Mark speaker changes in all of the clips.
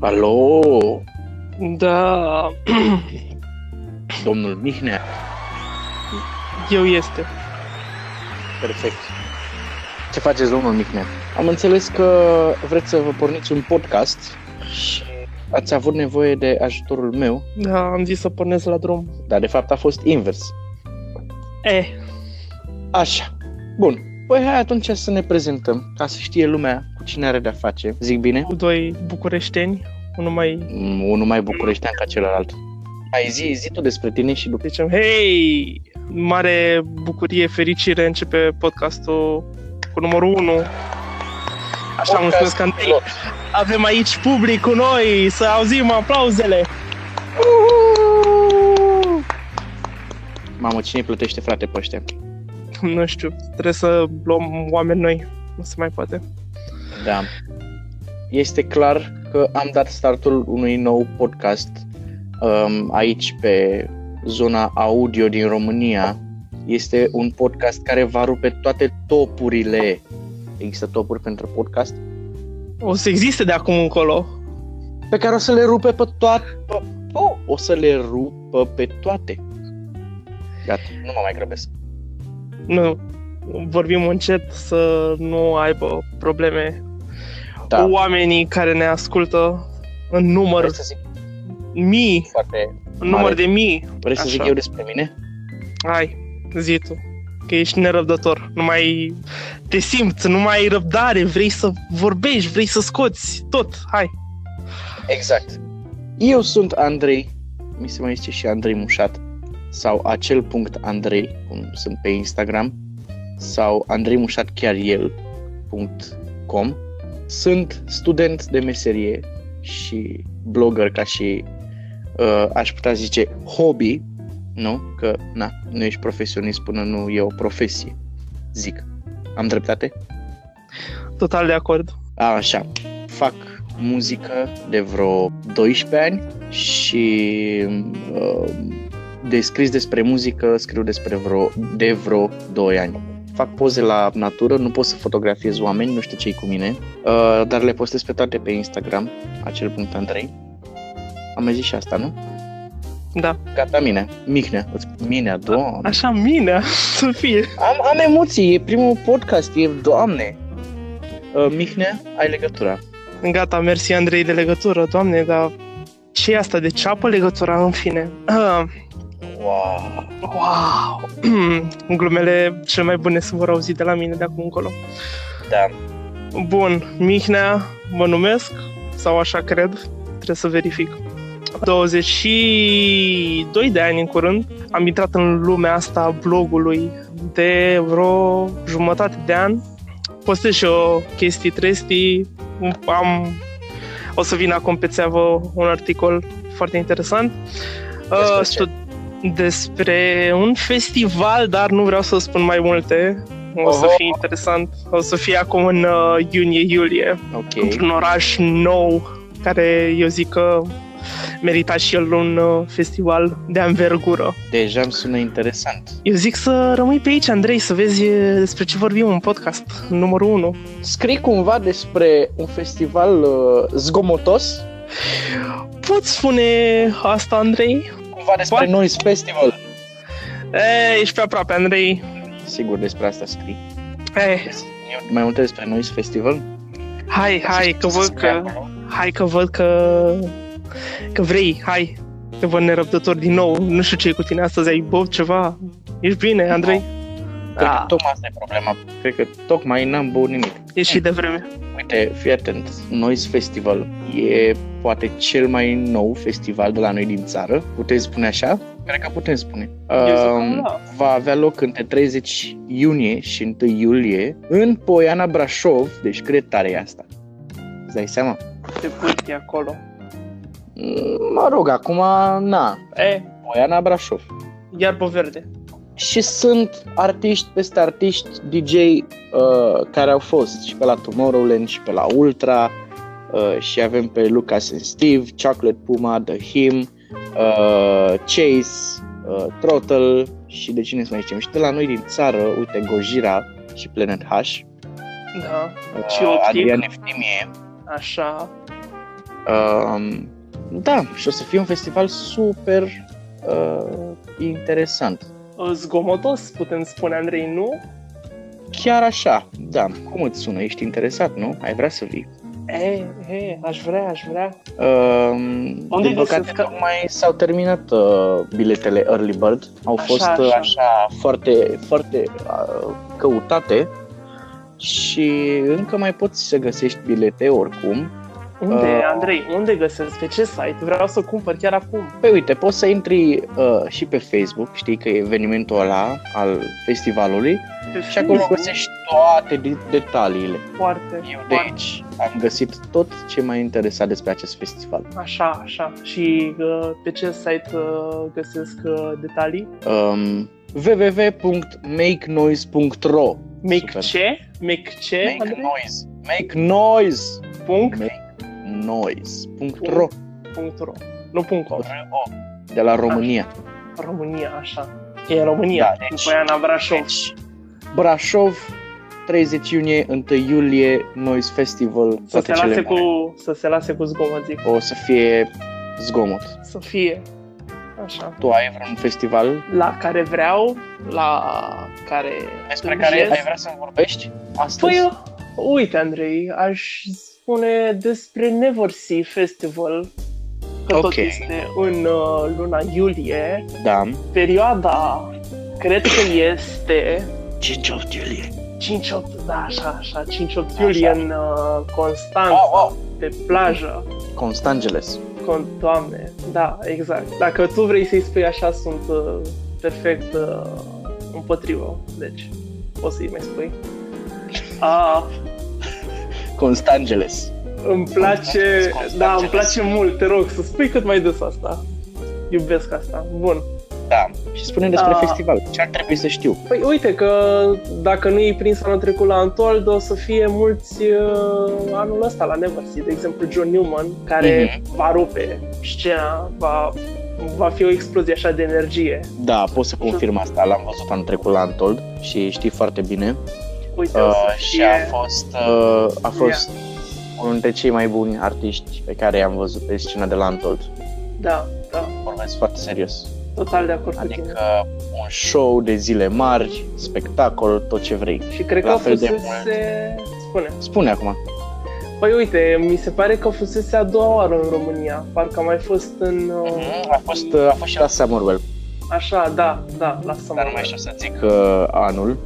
Speaker 1: Alo,
Speaker 2: Da,
Speaker 1: domnul Mihnea,
Speaker 2: eu este.
Speaker 1: perfect. Ce faceți, domnul Mihnea? Am înțeles că vreți să vă porniți un podcast și ați avut nevoie de ajutorul meu,
Speaker 2: Da, am zis să pornesc la drum. Eh,
Speaker 1: dar de fapt a fost invers.
Speaker 2: E,
Speaker 1: Așa, bun. Păi hai atunci să ne prezentăm, ca să știe lumea cu cine are de-a face. Zic bine?
Speaker 2: cu doi bucureșteni, unul mai...
Speaker 1: Mm, Unul mai bucureștean ca celălalt. Hai, zi, zi tu despre tine și după...
Speaker 2: Zicem, hei! Mare bucurie, fericire, începe podcastul cu numărul 1. Așa am spus că
Speaker 1: pilot.
Speaker 2: avem aici public cu noi, să auzim aplauzele.
Speaker 1: Mamă, cine plătește, frate, pe ăștia?
Speaker 2: Nu știu, trebuie să luăm oameni noi, nu se mai poate.
Speaker 1: Da. Este clar că am dat startul unui nou podcast um, aici pe zona audio din România. Este un podcast care va rupe toate topurile. Există topuri pentru podcast?
Speaker 2: O să existe de acum încolo.
Speaker 1: Pe care o să le rupe pe toate. Pe, oh, o să le rupă pe toate. Gata, nu mă mai grăbesc.
Speaker 2: Nu, vorbim încet să nu aibă probleme
Speaker 1: Da,
Speaker 2: oamenii care ne ascultă în număr
Speaker 1: vrei să zic
Speaker 2: mii,
Speaker 1: foarte...
Speaker 2: în număr
Speaker 1: Mare.
Speaker 2: de mii.
Speaker 1: Vrei să zic
Speaker 2: Așa.
Speaker 1: eu despre mine?
Speaker 2: Hai, zi tu, că ești nerăbdător, nu mai te simți, nu mai ai răbdare, vrei să vorbești, vrei să scoți tot, hai.
Speaker 1: Exact. Eu sunt Andrei, mi se mai zice și Andrei Mușat, sau acel punct Andrei, cum sunt pe Instagram, sau Andrei Mușat chiar el, punct com. Sunt student de meserie și blogger ca și, uh, aș putea zice, hobby, nu? Că, na, nu ești profesionist până nu e o profesie, zic. Am dreptate?
Speaker 2: Total de acord.
Speaker 1: A, așa, fac muzică de vreo 12 ani și uh, de scris despre muzică scriu despre vreo, de vreo 2 ani. Fac poze la natură, nu pot să fotografiez oameni, nu știu ce cu mine, uh, dar le postez pe toate pe Instagram, acel punct Andrei. Am mai zis și asta, nu?
Speaker 2: Da.
Speaker 1: Gata, mine. Mihnea. Îți- Minea, doamne.
Speaker 2: Așa mine să fie.
Speaker 1: Am, am emoții, e primul podcast, e doamne. Uh, Mihnea, ai legătura.
Speaker 2: Gata, mersi Andrei de legătură, doamne, dar ce e asta de ceapă legătura în fine? Ah,
Speaker 1: Wow.
Speaker 2: wow! Glumele cele mai bune se vor auzi de la mine de acum încolo.
Speaker 1: Da.
Speaker 2: Bun, Mihnea mă numesc, sau așa cred, trebuie să verific. 22 de ani în curând am intrat în lumea asta a blogului de vreo jumătate de an. Postez și eu chestii trestii, am, o să vin acum pe țeavă un articol foarte interesant.
Speaker 1: Despre
Speaker 2: Uh,
Speaker 1: ce?
Speaker 2: despre un festival, dar nu vreau să spun mai multe. O să
Speaker 1: Oho.
Speaker 2: fie interesant. O să fie acum în uh, iunie-iulie,
Speaker 1: Ok.
Speaker 2: într-un oraș nou, care eu zic că merita și el un uh, festival de anvergură.
Speaker 1: Deja îmi sună interesant.
Speaker 2: Eu zic să rămâi pe aici, Andrei, să vezi uh, despre ce vorbim în podcast, numărul 1.
Speaker 1: Scrii cumva despre un festival uh, zgomotos?
Speaker 2: Poți spune asta, Andrei?
Speaker 1: Cumva despre
Speaker 2: Poate.
Speaker 1: Noise Festival?
Speaker 2: E, ești pe aproape, Andrei.
Speaker 1: Sigur, despre asta scrii.
Speaker 2: E,
Speaker 1: Eu- Mai multe despre Noise Festival?
Speaker 2: Eh, hai, hai,
Speaker 1: Ce
Speaker 2: că văd
Speaker 1: scrie
Speaker 2: că...
Speaker 1: acolo?
Speaker 2: Hai că văd că... Că vrei, hai Te văd nerăbdător din nou Nu știu ce e cu tine astăzi, ai bob ceva Ești bine, Andrei?
Speaker 1: Cred că
Speaker 2: Da.
Speaker 1: tocmai asta e problema. Cred că tocmai n-am băut nimic.
Speaker 2: Ești și de vreme
Speaker 1: Uite, fii atent, Noise Festival e poate cel mai nou festival de la noi din țară, putem spune așa? Cred că putem spune.
Speaker 2: Eu zic că
Speaker 1: Um,
Speaker 2: da.
Speaker 1: va avea loc între 30 iunie și 1 iulie în Poiana Brașov, deci cred tare e asta. Îți dai seama?
Speaker 2: Te pui acolo
Speaker 1: Mm, Mă rog, acum, na,
Speaker 2: E,
Speaker 1: Poiana Brașov.
Speaker 2: iarbă verde
Speaker 1: și sunt artiști peste artiști DJ uh, care au fost și pe la Tomorrowland și pe la Ultra uh, și avem pe Lucas and Steve, Chocolate Puma, The Him, uh, Chase, uh, Throttle și de cine să mai știm. Și de la noi din țară, uite, Gojira și Planet H, uh,
Speaker 2: Da, Și Optic.
Speaker 1: Adrian Eftimie,
Speaker 2: așa
Speaker 1: Uh, da, și o să fie un festival super uh, interesant.
Speaker 2: Zgomotos, putem spune, Andrei, nu?
Speaker 1: Chiar așa, da. Cum îți sună? Ești interesat, nu? Ai vrea să vii?
Speaker 2: E, e, aș vrea, aș vrea.
Speaker 1: Uh,
Speaker 2: Unde
Speaker 1: din păcate,
Speaker 2: găsesc ca-
Speaker 1: tocmai s-au terminat uh, biletele Early Bird. Au
Speaker 2: Așa,
Speaker 1: fost uh,
Speaker 2: așa.
Speaker 1: așa foarte, foarte uh, căutate și încă mai poți să găsești bilete oricum.
Speaker 2: Unde,
Speaker 1: Uh.
Speaker 2: Andrei, unde găsesc? Pe ce site? Vreau să cumpăr chiar acum.
Speaker 1: Păi uite, poți să intri uh, și pe Facebook, știi că e evenimentul ăla al festivalului
Speaker 2: Pe
Speaker 1: și acolo
Speaker 2: Facebook?
Speaker 1: găsești toate de- detaliile.
Speaker 2: Foarte,
Speaker 1: Eu de
Speaker 2: foarte.
Speaker 1: aici am găsit tot ce m-a interesat despre acest festival.
Speaker 2: Așa, așa. Și uh, pe ce site uh, găsesc uh, detalii?
Speaker 1: Um, www.makenoise.ro
Speaker 2: Make
Speaker 1: Super.
Speaker 2: ce? Make ce,
Speaker 1: Make
Speaker 2: Andrei?
Speaker 1: noise. Make noise.
Speaker 2: Punct,
Speaker 1: Noise.ro
Speaker 2: punct ro. Nu punct com.
Speaker 1: de la România.
Speaker 2: România, așa. E România,
Speaker 1: Da, deci-
Speaker 2: după aia în Brașov.
Speaker 1: Deci, Brașov, 30 iunie, 1 iulie, Noise Festival,
Speaker 2: Să
Speaker 1: toate
Speaker 2: se,
Speaker 1: cele
Speaker 2: lase
Speaker 1: mari.
Speaker 2: cu, să se lase cu zgomot, zic.
Speaker 1: O să fie zgomot.
Speaker 2: Să fie. Așa.
Speaker 1: Tu ai vreun festival
Speaker 2: La care vreau, la care...
Speaker 1: despre
Speaker 2: târziesc.
Speaker 1: care ai vrea să vorbești astăzi?
Speaker 2: Păi, uite, Andrei, aș spune despre Never See Festival, că tot
Speaker 1: Ok.
Speaker 2: este în uh, luna iulie.
Speaker 1: Da.
Speaker 2: Perioada, cred că este
Speaker 1: 5 8 iulie.
Speaker 2: 5-8, da, așa, așa, 5-8 iulie în uh, Constanța,
Speaker 1: Wow, wow.
Speaker 2: pe plajă.
Speaker 1: Constangeles.
Speaker 2: Con- Doamne, da, exact. Dacă tu vrei să-i spui așa, sunt uh, perfect uh, împotrivă, deci poți să-i mai spui. Ah,
Speaker 1: Constangeles.
Speaker 2: Îmi place,
Speaker 1: Constanțe.
Speaker 2: da, îmi place mult, te rog, să spui cât mai des asta. Iubesc asta. Bun.
Speaker 1: Da. Și spune despre
Speaker 2: Ah.
Speaker 1: festival. Ce ar trebui să știu?
Speaker 2: Păi uite că dacă nu e prins anul trecut la Antold, o să fie mulți uh, anul ăsta la Neversea. De exemplu, John Newman, care
Speaker 1: Mhm.
Speaker 2: va rupe scena, va, va fi o explozie așa de energie.
Speaker 1: Da, pot să confirm asta. L-am văzut anul trecut la Antold și știi foarte bine.
Speaker 2: Uite, o să
Speaker 1: Uh, și
Speaker 2: fie...
Speaker 1: a fost, uh, a fost unul dintre cei mai buni artiști pe care i-am văzut pe scena de la Antold.
Speaker 2: Da, da,
Speaker 1: Vorbesc foarte serios.
Speaker 2: total de acord cu tine.
Speaker 1: Adică un show de zile mari, spectacol, tot ce vrei.
Speaker 2: Și cred că
Speaker 1: la
Speaker 2: a
Speaker 1: fel de
Speaker 2: fusese... Spune.
Speaker 1: Spune acum.
Speaker 2: Păi uite, mi se pare că fusese a doua oară în România, parcă a mai fost în... uh,
Speaker 1: Mhm, A fost, a fost și la Summerwell,
Speaker 2: Așa, da, da, lasă-mă.
Speaker 1: dar nu mai știu să zic uh, anul.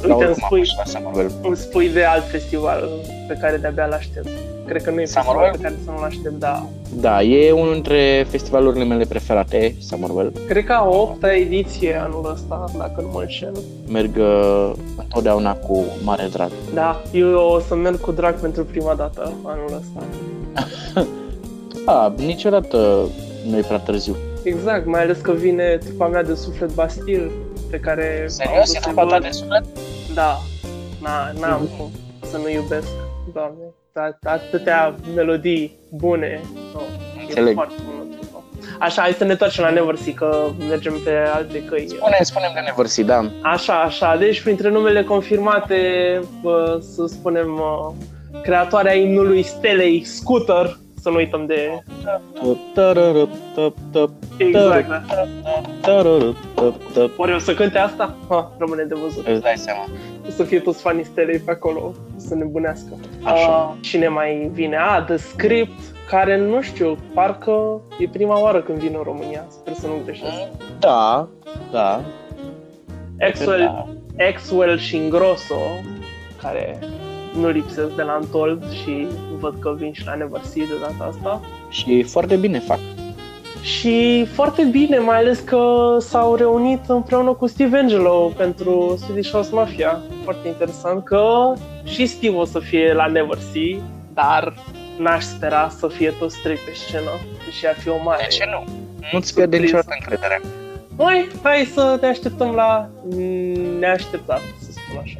Speaker 1: Dar
Speaker 2: Uite, îmi
Speaker 1: oricum a
Speaker 2: spui,
Speaker 1: fost și la Summerwell.
Speaker 2: îmi spui de alt festival pe care de-abia l-aștept. Cred că nu e festival
Speaker 1: Summerwell?
Speaker 2: pe care să nu l-aștept, da.
Speaker 1: Da, e unul dintre festivalurile mele preferate, Summerwell.
Speaker 2: Cred că a opta ediție anul ăsta, dacă nu mă înșel.
Speaker 1: Merg uh, întotdeauna cu mare drag.
Speaker 2: Da, eu o să merg cu drag pentru prima dată anul ăsta.
Speaker 1: Da, niciodată nu e prea târziu.
Speaker 2: Exact, mai ales că vine trupa mea de suflet Bastil, pe care... am vrut
Speaker 1: Serios, e
Speaker 2: să-i
Speaker 1: trupa ta
Speaker 2: văd.
Speaker 1: de suflet? Mhm.
Speaker 2: Da, na, n-am cum să nu iubesc, doamne. A- Atâtea melodii bune. No,
Speaker 1: Înțeleg.
Speaker 2: E foarte bună trupa. Așa, hai să ne întoarcem la Neversea, că mergem pe alte căi.
Speaker 1: Spune, spune de Neversi, da.
Speaker 2: Așa, așa, deci printre numele confirmate, bă, să spunem, bă, creatoarea imnului stelei, Scooter, să nu uităm de...
Speaker 1: Tărărăp, tăp, tăp,
Speaker 2: Exact, da.
Speaker 1: tărărăp, tăp, tăp.
Speaker 2: Ori o să cânte asta? Ha, rămâne de văzut.
Speaker 1: Îți dai seama.
Speaker 2: O să fie toți fanii stelei pe acolo, să ne bunească.
Speaker 1: Așa.
Speaker 2: A, cine mai vine? A, The Script, care nu știu, parcă e prima oară când vin în România. Sper să nu greșesc.
Speaker 1: Da, da.
Speaker 2: Axwell, Axwell și Ingrosso, care nu lipsesc de la Antold și văd că vin și la Neversea de data asta.
Speaker 1: Și foarte bine fac.
Speaker 2: Și foarte bine, mai ales că s-au reunit împreună cu Steve Angelo pentru Swedish House Mafia. Foarte interesant că și Steve o să fie la Neversea, dar n-aș spera să fie toți trei pe scenă, deși ar fi o mare.
Speaker 1: nu? Nu-ți pierde
Speaker 2: Surpriză.
Speaker 1: niciodată încrederea.
Speaker 2: Mai, hai să ne așteptăm la neașteptat, să spun așa.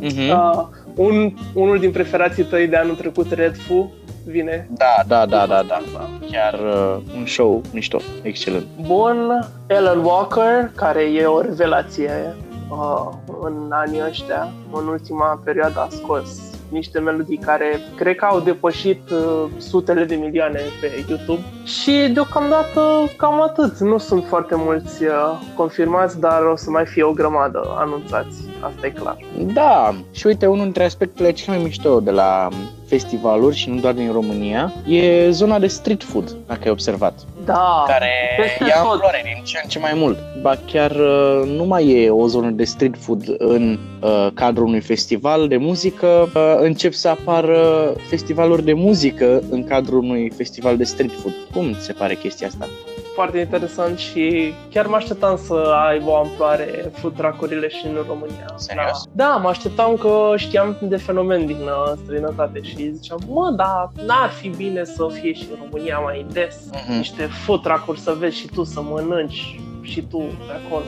Speaker 1: Mhm.
Speaker 2: Uh, un, unul din preferații tăi de anul trecut, Red Fu, vine.
Speaker 1: Da, da, da,
Speaker 2: După
Speaker 1: da, da.
Speaker 2: asta.
Speaker 1: Chiar uh, un show mișto, excelent.
Speaker 2: Bun, Alan Walker, care e o ah, revelație uh, în anii ăștia, în ultima perioadă a scos niște melodii care cred că au depășit uh, sutele de milioane pe YouTube. Și deocamdată cam atât. Nu sunt foarte mulți uh, confirmați, dar o să mai fie o grămadă anunțați. Asta e clar.
Speaker 1: Da, și uite, unul dintre aspectele cele mai mișto de la festivaluri și nu doar din România e zona de street food, dacă ai observat.
Speaker 2: Da,
Speaker 1: care
Speaker 2: Peste
Speaker 1: ia
Speaker 2: tot.
Speaker 1: floare din ce în ce mai mult. Ba chiar uh, nu mai e o zonă de street food în uh, cadrul unui festival de muzică, uh, încep să apară festivaluri de muzică în cadrul unui festival de street food. Cum ți se pare chestia asta?
Speaker 2: foarte interesant și chiar mă așteptam să aibă o amploare food truck-urile și în România.
Speaker 1: Serios?
Speaker 2: Da. da, mă așteptam că știam de fenomen din uh, străinătate și ziceam, mă, dar n-ar fi bine să fie și în România mai des
Speaker 1: Mm-hmm.
Speaker 2: niște food truck-uri să vezi și tu să mănânci și tu pe acolo.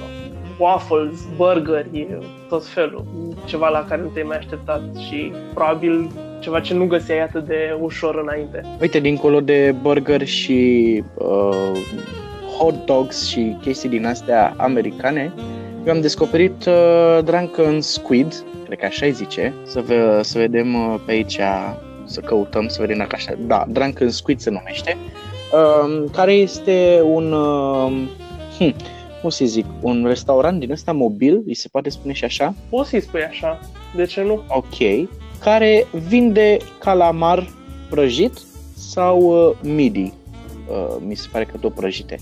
Speaker 2: Waffles, burgeri, tot felul. Ceva la care nu te-ai mai așteptat și probabil ceva ce nu găseai atât de ușor înainte.
Speaker 1: Uite, dincolo de burger și uh, hot dogs și chestii din astea americane, eu am descoperit uh, Drunken Squid, cred că așa îi zice, să, ve- să vedem uh, pe aici, să căutăm, să vedem dacă așa, da, Drunken Squid se numește, uh, care este un, uh, hm, cum să zic, un restaurant din ăsta mobil, îi se poate spune și așa,
Speaker 2: Poți să-i spui așa, de ce nu?
Speaker 1: ok, care vinde calamar prăjit sau uh, midi. Uh, mi se pare că tot prăjite.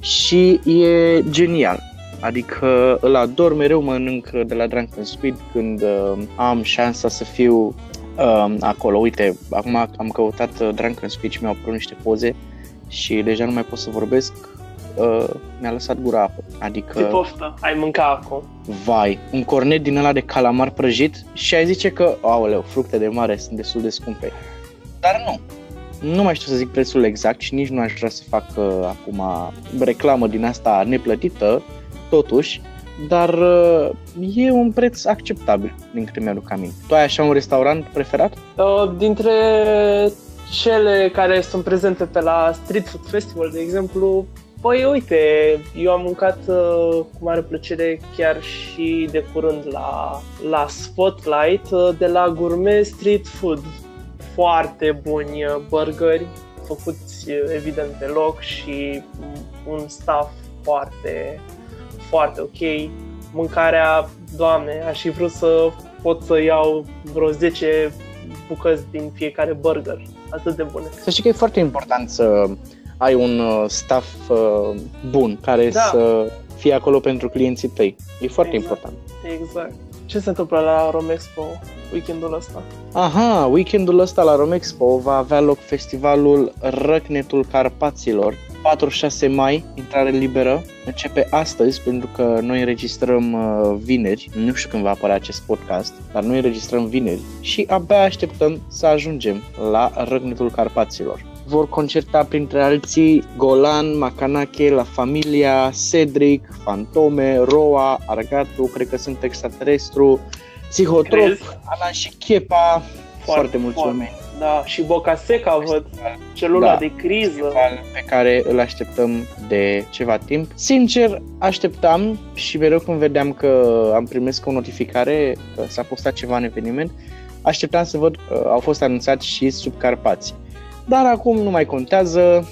Speaker 1: Și e genial. Adică îl ador mereu, mănânc de la Drunken Squid când uh, am șansa să fiu uh, acolo. Uite, acum am căutat uh, Drunken Squid și mi-au apărut niște poze și deja nu mai pot să vorbesc. Uh, mi-a lăsat gura apă. Adică...
Speaker 2: Ce poftă ai mânca acum?
Speaker 1: Vai, un cornet din ăla de calamar prăjit și ai zice că, aoleu, fructe de mare sunt destul de scumpe. Dar nu. Nu mai știu să zic prețul exact și nici nu aș vrea să fac uh, acum reclamă din asta neplătită, totuși, dar uh, e un preț acceptabil din câte mi-aduc aminte. Tu ai așa un restaurant preferat?
Speaker 2: Uh, dintre cele care sunt prezente pe la Street Food Festival, de exemplu, păi uite, eu am mâncat uh, cu mare plăcere chiar și de curând la, la Spotlight uh, de la Gourmet Street Food. Foarte buni uh, burgeri, făcuți uh, evident pe loc și un staff foarte, foarte ok. Mâncarea, doamne, aș fi vrut să pot să iau vreo 10 bucăți din fiecare burger. Atât de bune.
Speaker 1: Să știi că e foarte important să ai un uh, staff uh, bun care
Speaker 2: Da.
Speaker 1: să fie acolo pentru clienții tăi. E foarte
Speaker 2: Exact.
Speaker 1: important.
Speaker 2: Exact. Ce se întâmplă la Romexpo weekendul ăsta?
Speaker 1: Aha, weekendul ăsta la Romexpo va avea loc festivalul Răcnetul Carpaților. 4-6 mai, intrare liberă, începe astăzi pentru că noi înregistrăm uh, vineri, nu știu când va apărea acest podcast, dar noi înregistrăm vineri și abia așteptăm să ajungem la Răcnetul Carpaților. Vor concerta printre alții Golan, Macanache, La Familia, Cedric, Fantome, Roa, Argatu, cred că sunt extraterestru, Psihotrop,
Speaker 2: Crezi?
Speaker 1: Alan și Chepa, foarte, foarte mulți
Speaker 2: foarte.
Speaker 1: oameni.
Speaker 2: Da, și Boca Seca văd, celula
Speaker 1: Da.
Speaker 2: de criză.
Speaker 1: Festival pe care îl așteptăm de ceva timp. Sincer, așteptam și mereu când vedeam că am primesc o notificare că s-a postat ceva în eveniment, așteptam să văd că au fost anunțați și subcarpați. Dar acum nu mai contează,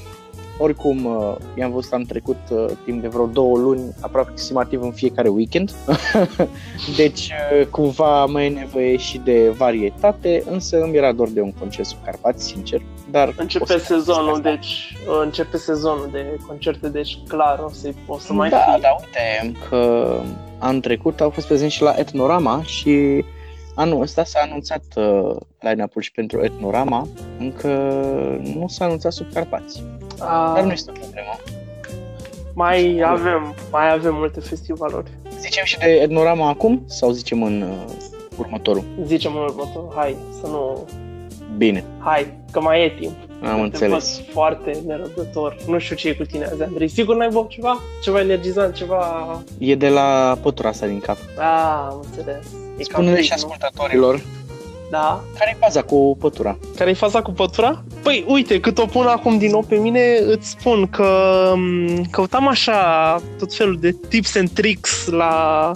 Speaker 1: oricum uh, i-am văzut am trecut uh, timp de vreo două luni aproximativ în fiecare weekend, deci uh, cumva mai e nevoie și de varietate, însă îmi era dor de un concert subcarpați, sincer. Dar o să
Speaker 2: Începe
Speaker 1: fac
Speaker 2: sezonul,
Speaker 1: asta.
Speaker 2: deci începe sezonul de concerte, deci clar o să, o să mai
Speaker 1: da,
Speaker 2: fie.
Speaker 1: da, uite că anul trecut au fost prezenți și la Etnorama și anul ăsta s-a anunțat uh, line-up-ul și pentru Etnorama, încă nu s-a anunțat sub Carpați.
Speaker 2: A,
Speaker 1: Dar nu este o problemă.
Speaker 2: mai
Speaker 1: Sigur.
Speaker 2: avem, mai avem multe festivaluri.
Speaker 1: Zicem și de Etnorama acum sau zicem în uh, următorul?
Speaker 2: Zicem în următor, hai, să nu...
Speaker 1: Bine,
Speaker 2: Hai, că mai e timp.
Speaker 1: am înțeles.
Speaker 2: Te văd foarte nerăbdător. Nu știu ce e cu tine azi, Andrei. Sigur n-ai băut ceva? Ceva energizant, ceva...
Speaker 1: E de la pătura asta din cap.
Speaker 2: Da, am înțeles. E cam
Speaker 1: Spune-le
Speaker 2: fric,
Speaker 1: și
Speaker 2: nu?
Speaker 1: ascultătorilor
Speaker 2: Da.
Speaker 1: care e baza cu pătura.
Speaker 2: Care-i faza cu pătura? Păi, uite, cât o pun acum din nou pe mine, îți spun că m, căutam așa tot felul de tips and tricks la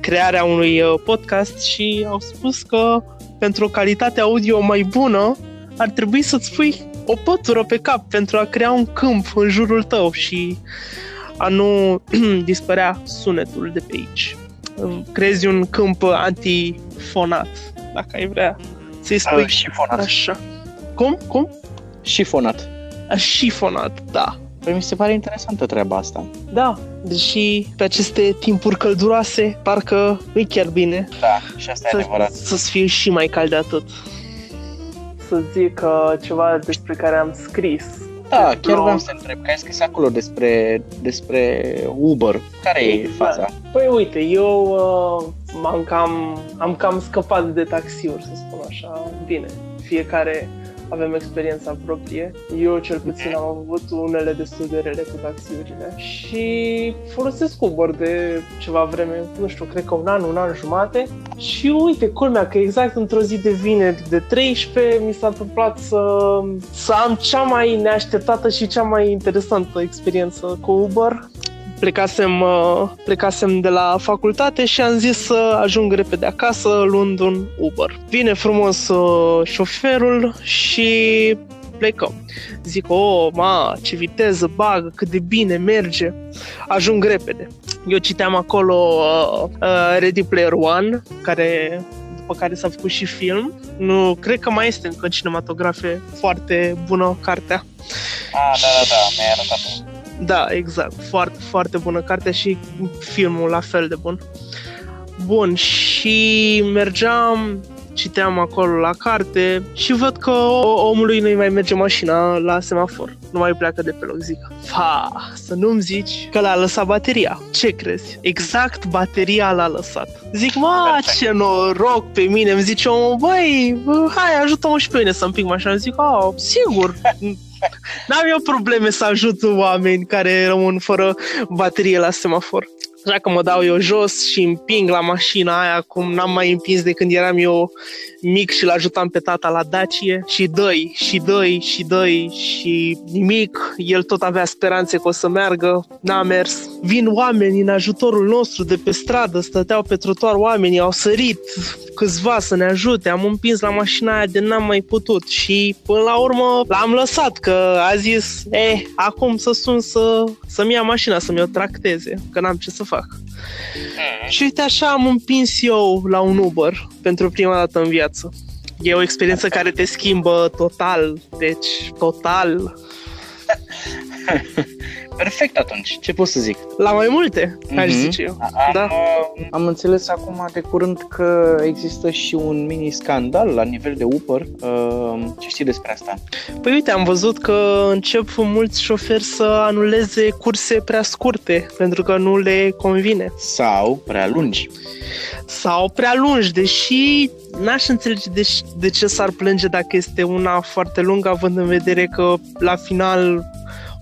Speaker 2: crearea unui uh, podcast și au spus că pentru o calitate audio mai bună, ar trebui să-ți pui o pătură pe cap pentru a crea un câmp în jurul tău și a nu dispărea sunetul de pe aici. Crezi un câmp antifonat, dacă ai vrea. Ți-i spui
Speaker 1: Uh, șifonat.
Speaker 2: așa. Cum? Cum?
Speaker 1: Șifonat.
Speaker 2: A șifonat, da.
Speaker 1: Păi mi se pare interesantă treaba asta.
Speaker 2: Da, deși pe aceste timpuri călduroase, parcă nu chiar bine
Speaker 1: Da, și asta e adevărat.
Speaker 2: să-ți fie și mai cald de atât. Să zic uh, ceva despre care am scris.
Speaker 1: Da, chiar
Speaker 2: Nu.
Speaker 1: vreau să te întreb, că ai scris acolo despre, despre Uber. Care e
Speaker 2: Exact.
Speaker 1: faza?
Speaker 2: Păi uite, eu uh, m-am cam, am cam scăpat de taxiuri, să spun așa, bine. Fiecare avem experiența proprie. Eu cel puțin am avut unele destul de rele cu taxiurile și folosesc Uber de ceva vreme, nu știu, cred că un an, un an jumate. Și uite, culmea că exact într-o zi de vineri de 13 mi s-a întâmplat să, să am cea mai neașteptată și cea mai interesantă experiență cu Uber plecasem, uh, plecasem de la facultate și am zis să ajung repede acasă luând un Uber. Vine frumos uh, șoferul și plecăm. Zic, o, oh, ma, ce viteză, bagă, cât de bine merge. Ajung repede. Eu citeam acolo uh, uh, Ready Player One, care după care s-a făcut și film. Nu, cred că mai este încă în cinematografe foarte bună cartea.
Speaker 1: Ah,
Speaker 2: da, da, da, mi-ai
Speaker 1: arătat
Speaker 2: Da, exact. Foarte, foarte bună carte și filmul la fel de bun. Bun, și mergeam, citeam acolo la carte și văd că o- omului nu-i mai merge mașina la semafor. Nu mai pleacă de pe loc, zic. Fa, să nu-mi zici că l-a lăsat bateria. Ce crezi? Exact bateria l-a lăsat. Zic, mă,
Speaker 1: Perfect.
Speaker 2: ce noroc pe mine. Îmi zice omul, băi, hai, ajută-mă și pe mine să împing mașina. Zic, a, sigur, N-am eu probleme să ajut oameni care rămân fără baterie la semafor. Așa că mă dau eu jos și împing la mașina aia cum n-am mai împins de când eram eu mic și l-ajutam pe tata la Dacie și dăi, și dăi, și dăi și nimic. El tot avea speranțe că o să meargă, n-a mers. Vin oameni în ajutorul nostru de pe stradă, stăteau pe trotuar oamenii, au sărit câțiva să ne ajute, am împins la mașina aia de n-am mai putut și până la urmă l-am lăsat că a zis, eh, acum să sun să, să-mi ia mașina, să-mi o tracteze, că n-am ce să fac.
Speaker 1: Mm.
Speaker 2: Și uite așa am împins eu la un Uber pentru prima dată în viață. E o experiență care te schimbă total, deci total,
Speaker 1: Perfect atunci. Ce pot să zic?
Speaker 2: la mai multe, aș
Speaker 1: Mhm.
Speaker 2: zice eu.
Speaker 1: Am,
Speaker 2: Da.
Speaker 1: uh, am înțeles acum de curând că există și un mini scandal la nivel de Uber. Uh, ce știi despre asta?
Speaker 2: Păi uite, am văzut că încep mulți șoferi să anuleze curse prea scurte, pentru că nu le convine.
Speaker 1: Sau prea lungi.
Speaker 2: Sau prea lungi, deși n-aș înțelege de, de ce s-ar plânge dacă este una foarte lungă, având în vedere că la final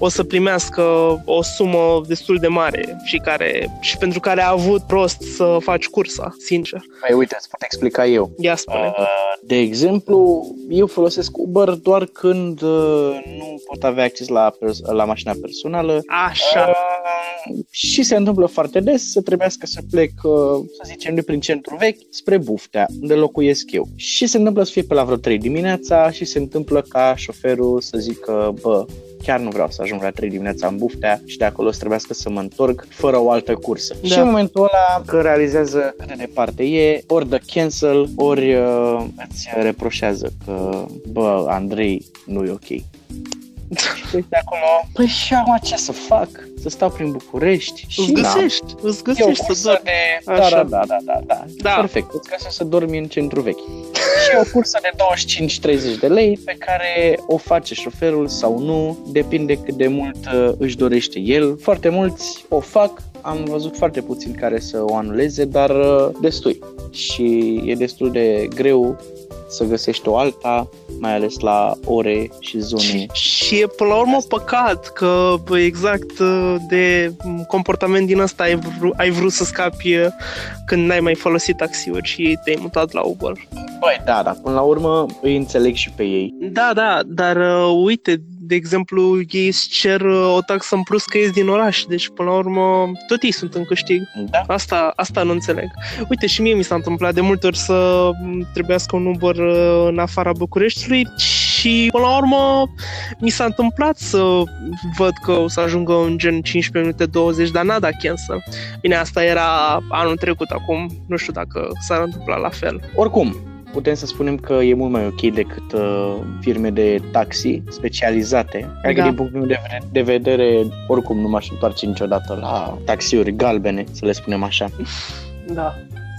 Speaker 2: o să primească o sumă destul de mare și, care, și pentru care a avut rost să faci cursa, sincer.
Speaker 1: Păi uite, îți pot explica eu.
Speaker 2: Ia spune.
Speaker 1: Uh, De exemplu, eu folosesc Uber doar când uh, nu pot avea acces la, pers- la mașina personală
Speaker 2: Așa.
Speaker 1: Uh, Și se întâmplă foarte des să trebuiască să plec, uh, să zicem, de prin centru vechi spre Buftea, unde locuiesc eu. Și se întâmplă să fie pe la vreo 3 dimineața și se întâmplă ca șoferul să zică, bă, chiar nu vreau să ajung la 3 dimineața în Buftea și de acolo o să trebuiască să mă întorc fără o altă cursă.
Speaker 2: Da.
Speaker 1: Da. Și în momentul ăla că realizează cât de departe e, ori dă cancel, ori uh, îți reproșează că, bă, Andrei, nu e ok. Deci de acolo, păi și acum ce să fac? Să stau prin București
Speaker 2: Îți
Speaker 1: și
Speaker 2: găsești, îți
Speaker 1: da, eu
Speaker 2: găsești să
Speaker 1: cursă
Speaker 2: dormi.
Speaker 1: de... Da, da,
Speaker 2: Așa.
Speaker 1: da, da, da, da,
Speaker 2: Da.
Speaker 1: Perfect, îți găsești să dormi în centru vechi. și o cursă de 25-30 de lei pe care o face șoferul sau nu, depinde cât de mult uh, își dorește el. Foarte mulți o fac, am văzut foarte puțin care să o anuleze, dar uh, destui. Și e destul de greu să găsești o alta, mai ales la ore și zone
Speaker 2: Și, și e până la urmă păcat că bă, exact uh, de mm, comportament din ăsta ai, vru, ai vrut să scapi uh, când n-ai mai folosit taxiuri și te-ai mutat la Uber.
Speaker 1: da, Băi, da, dar până la urmă îi înțeleg și pe ei.
Speaker 2: Da, da, dar uh, uite, de exemplu, ei îți cer uh, o taxă în plus că ești din oraș, deci până la urmă tot ei sunt în câștig.
Speaker 1: Da,
Speaker 2: Asta, asta nu înțeleg. Uite, și mie mi s-a întâmplat de multe ori să m, trebuiască un Uber uh, în afara Bucureștiului și până la urmă mi s-a întâmplat să văd că o să ajungă în gen 15 minute 20, dar n-a dat cancel. Bine, asta era anul trecut acum, nu știu dacă s-ar întâmpla la fel.
Speaker 1: Oricum, putem să spunem că e mult mai ok decât uh, firme de taxi specializate. Adică,
Speaker 2: Da.
Speaker 1: din punctul meu de, vede- de vedere, oricum nu m-aș întoarce niciodată la taxiuri galbene, să le spunem așa.
Speaker 2: Da,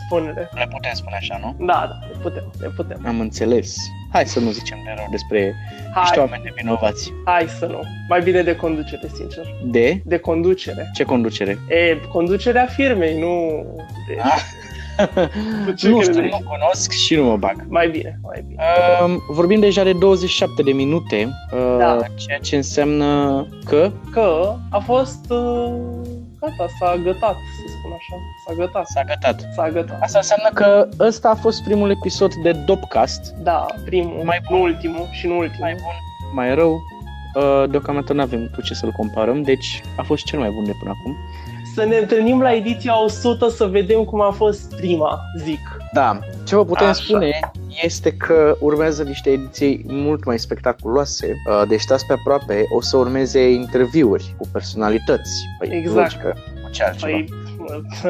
Speaker 2: spune-le.
Speaker 1: Le putem spune așa, nu?
Speaker 2: Da, da, le putem, le putem.
Speaker 1: Am înțeles. Hai să nu zicem de rău despre niște oameni nevinovați.
Speaker 2: hai să nu. Mai bine de conducere, sincer.
Speaker 1: De?
Speaker 2: De conducere.
Speaker 1: Ce conducere?
Speaker 2: E, conducerea firmei, nu... De...
Speaker 1: Ah.
Speaker 2: Cu
Speaker 1: nu
Speaker 2: ce
Speaker 1: știu,
Speaker 2: credeai?
Speaker 1: nu cunosc și nu mă bag.
Speaker 2: Mai bine, mai bine.
Speaker 1: Um, vorbim deja de 27 de minute, uh,
Speaker 2: Da.
Speaker 1: ceea ce înseamnă că
Speaker 2: Că a fost... uh, Gata, s-a gătat, să spun așa. S-a gătat.
Speaker 1: s-a gătat.
Speaker 2: S-a gătat.
Speaker 1: Asta înseamnă că ăsta a fost primul episod de Dopcast.
Speaker 2: Da, primul,
Speaker 1: Mai
Speaker 2: mai
Speaker 1: bun.
Speaker 2: nu ultimul și nu ultimul.
Speaker 1: Mai bun, mai rău. Uh, deocamdată nu avem cu ce să-l comparăm, deci a fost cel mai bun de până acum.
Speaker 2: Să ne întâlnim la ediția 100 să vedem cum a fost prima, zic.
Speaker 1: Da, ce vă putem
Speaker 2: Așa.
Speaker 1: spune este că urmează niște ediții mult mai spectaculoase, uh, deci stați pe aproape, o să urmeze interviuri cu personalități. Păi,
Speaker 2: Exact.
Speaker 1: logică, cu ce altceva.
Speaker 2: Păi,
Speaker 1: Uh,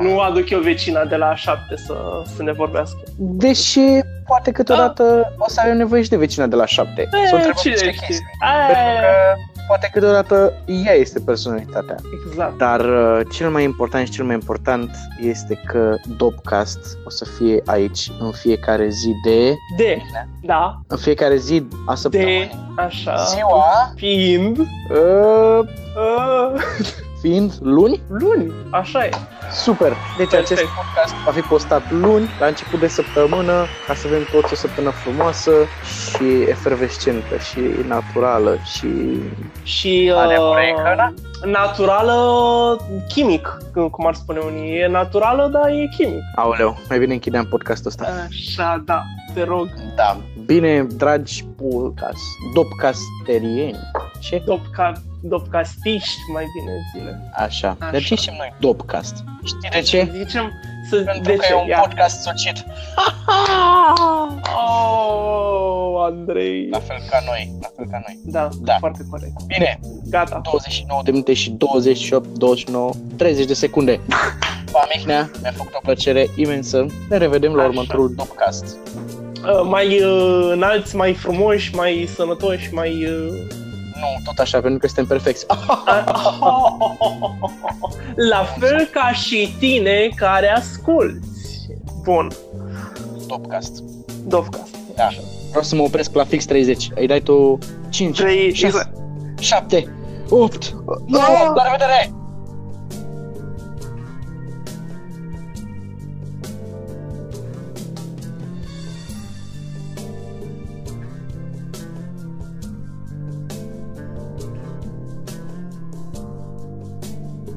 Speaker 2: nu aduc eu vecina de la 7 să, să ne vorbească.
Speaker 1: Deși poate câteodată o să avem nevoie și de vecina de la șapte. Să o
Speaker 2: E,
Speaker 1: întrebăm
Speaker 2: Eh, cine
Speaker 1: ce
Speaker 2: știe? Eh.
Speaker 1: chestii. Pentru
Speaker 2: Aia,
Speaker 1: că poate câteodată ea este personalitatea.
Speaker 2: exact.
Speaker 1: Dar uh, cel mai important și cel mai important este că Dopcast o să fie aici în fiecare zi de...
Speaker 2: De, da,
Speaker 1: În fiecare zi a săptămânii.
Speaker 2: de, uh, așa,
Speaker 1: Ziua
Speaker 2: fiind,
Speaker 1: uh,
Speaker 2: uh,
Speaker 1: fiind luni.
Speaker 2: luni, așa e.
Speaker 1: Super! Deci
Speaker 2: Perfect.
Speaker 1: acest podcast va fi postat luni, la început de săptămână, ca să avem toți o săptămână frumoasă și efervescentă și naturală și...
Speaker 2: Și ă,
Speaker 1: Alea urecă,
Speaker 2: naturală chimic, cum cum ar spune unii. E naturală, dar e chimic.
Speaker 1: Aoleu, mai bine închideam podcastul ăsta.
Speaker 2: Așa, da, te rog.
Speaker 1: Da. Bine, dragi podcast, dopcasterieni. Ce?
Speaker 2: Dopca, dopcastiști, mai bine zile.
Speaker 1: Așa.
Speaker 2: Așa.
Speaker 1: De ce zicem noi dopcast? Știi de ce?
Speaker 2: Zicem să
Speaker 1: Pentru că e un
Speaker 2: Ia. Ah!
Speaker 1: podcast sucit.
Speaker 2: Oh, Andrei.
Speaker 1: La fel ca noi, la fel ca noi.
Speaker 2: Da,
Speaker 1: Da.
Speaker 2: da, foarte corect.
Speaker 1: Bine,
Speaker 2: Gata.
Speaker 1: 29 de minute și 28, 29, 30 de secunde. Pa, Mihnea, mi-a făcut o plăcere imensă. Ne revedem la
Speaker 2: Așa.
Speaker 1: următorul Dopcast.
Speaker 2: Uh, mai uh, înalți, mai frumoși, mai sănătoși, mai... Uh...
Speaker 1: Nu, tot așa, pentru că suntem perfecți. Ah,
Speaker 2: La fel ca și tine care asculti. Bun,
Speaker 1: Dopcast.
Speaker 2: Dovcast.
Speaker 1: Da. Vreau să mă opresc la fix 30. Îi dai tu 5,
Speaker 2: Trei,
Speaker 1: 6,
Speaker 2: exact.
Speaker 1: 7, 8, 9. La revedere!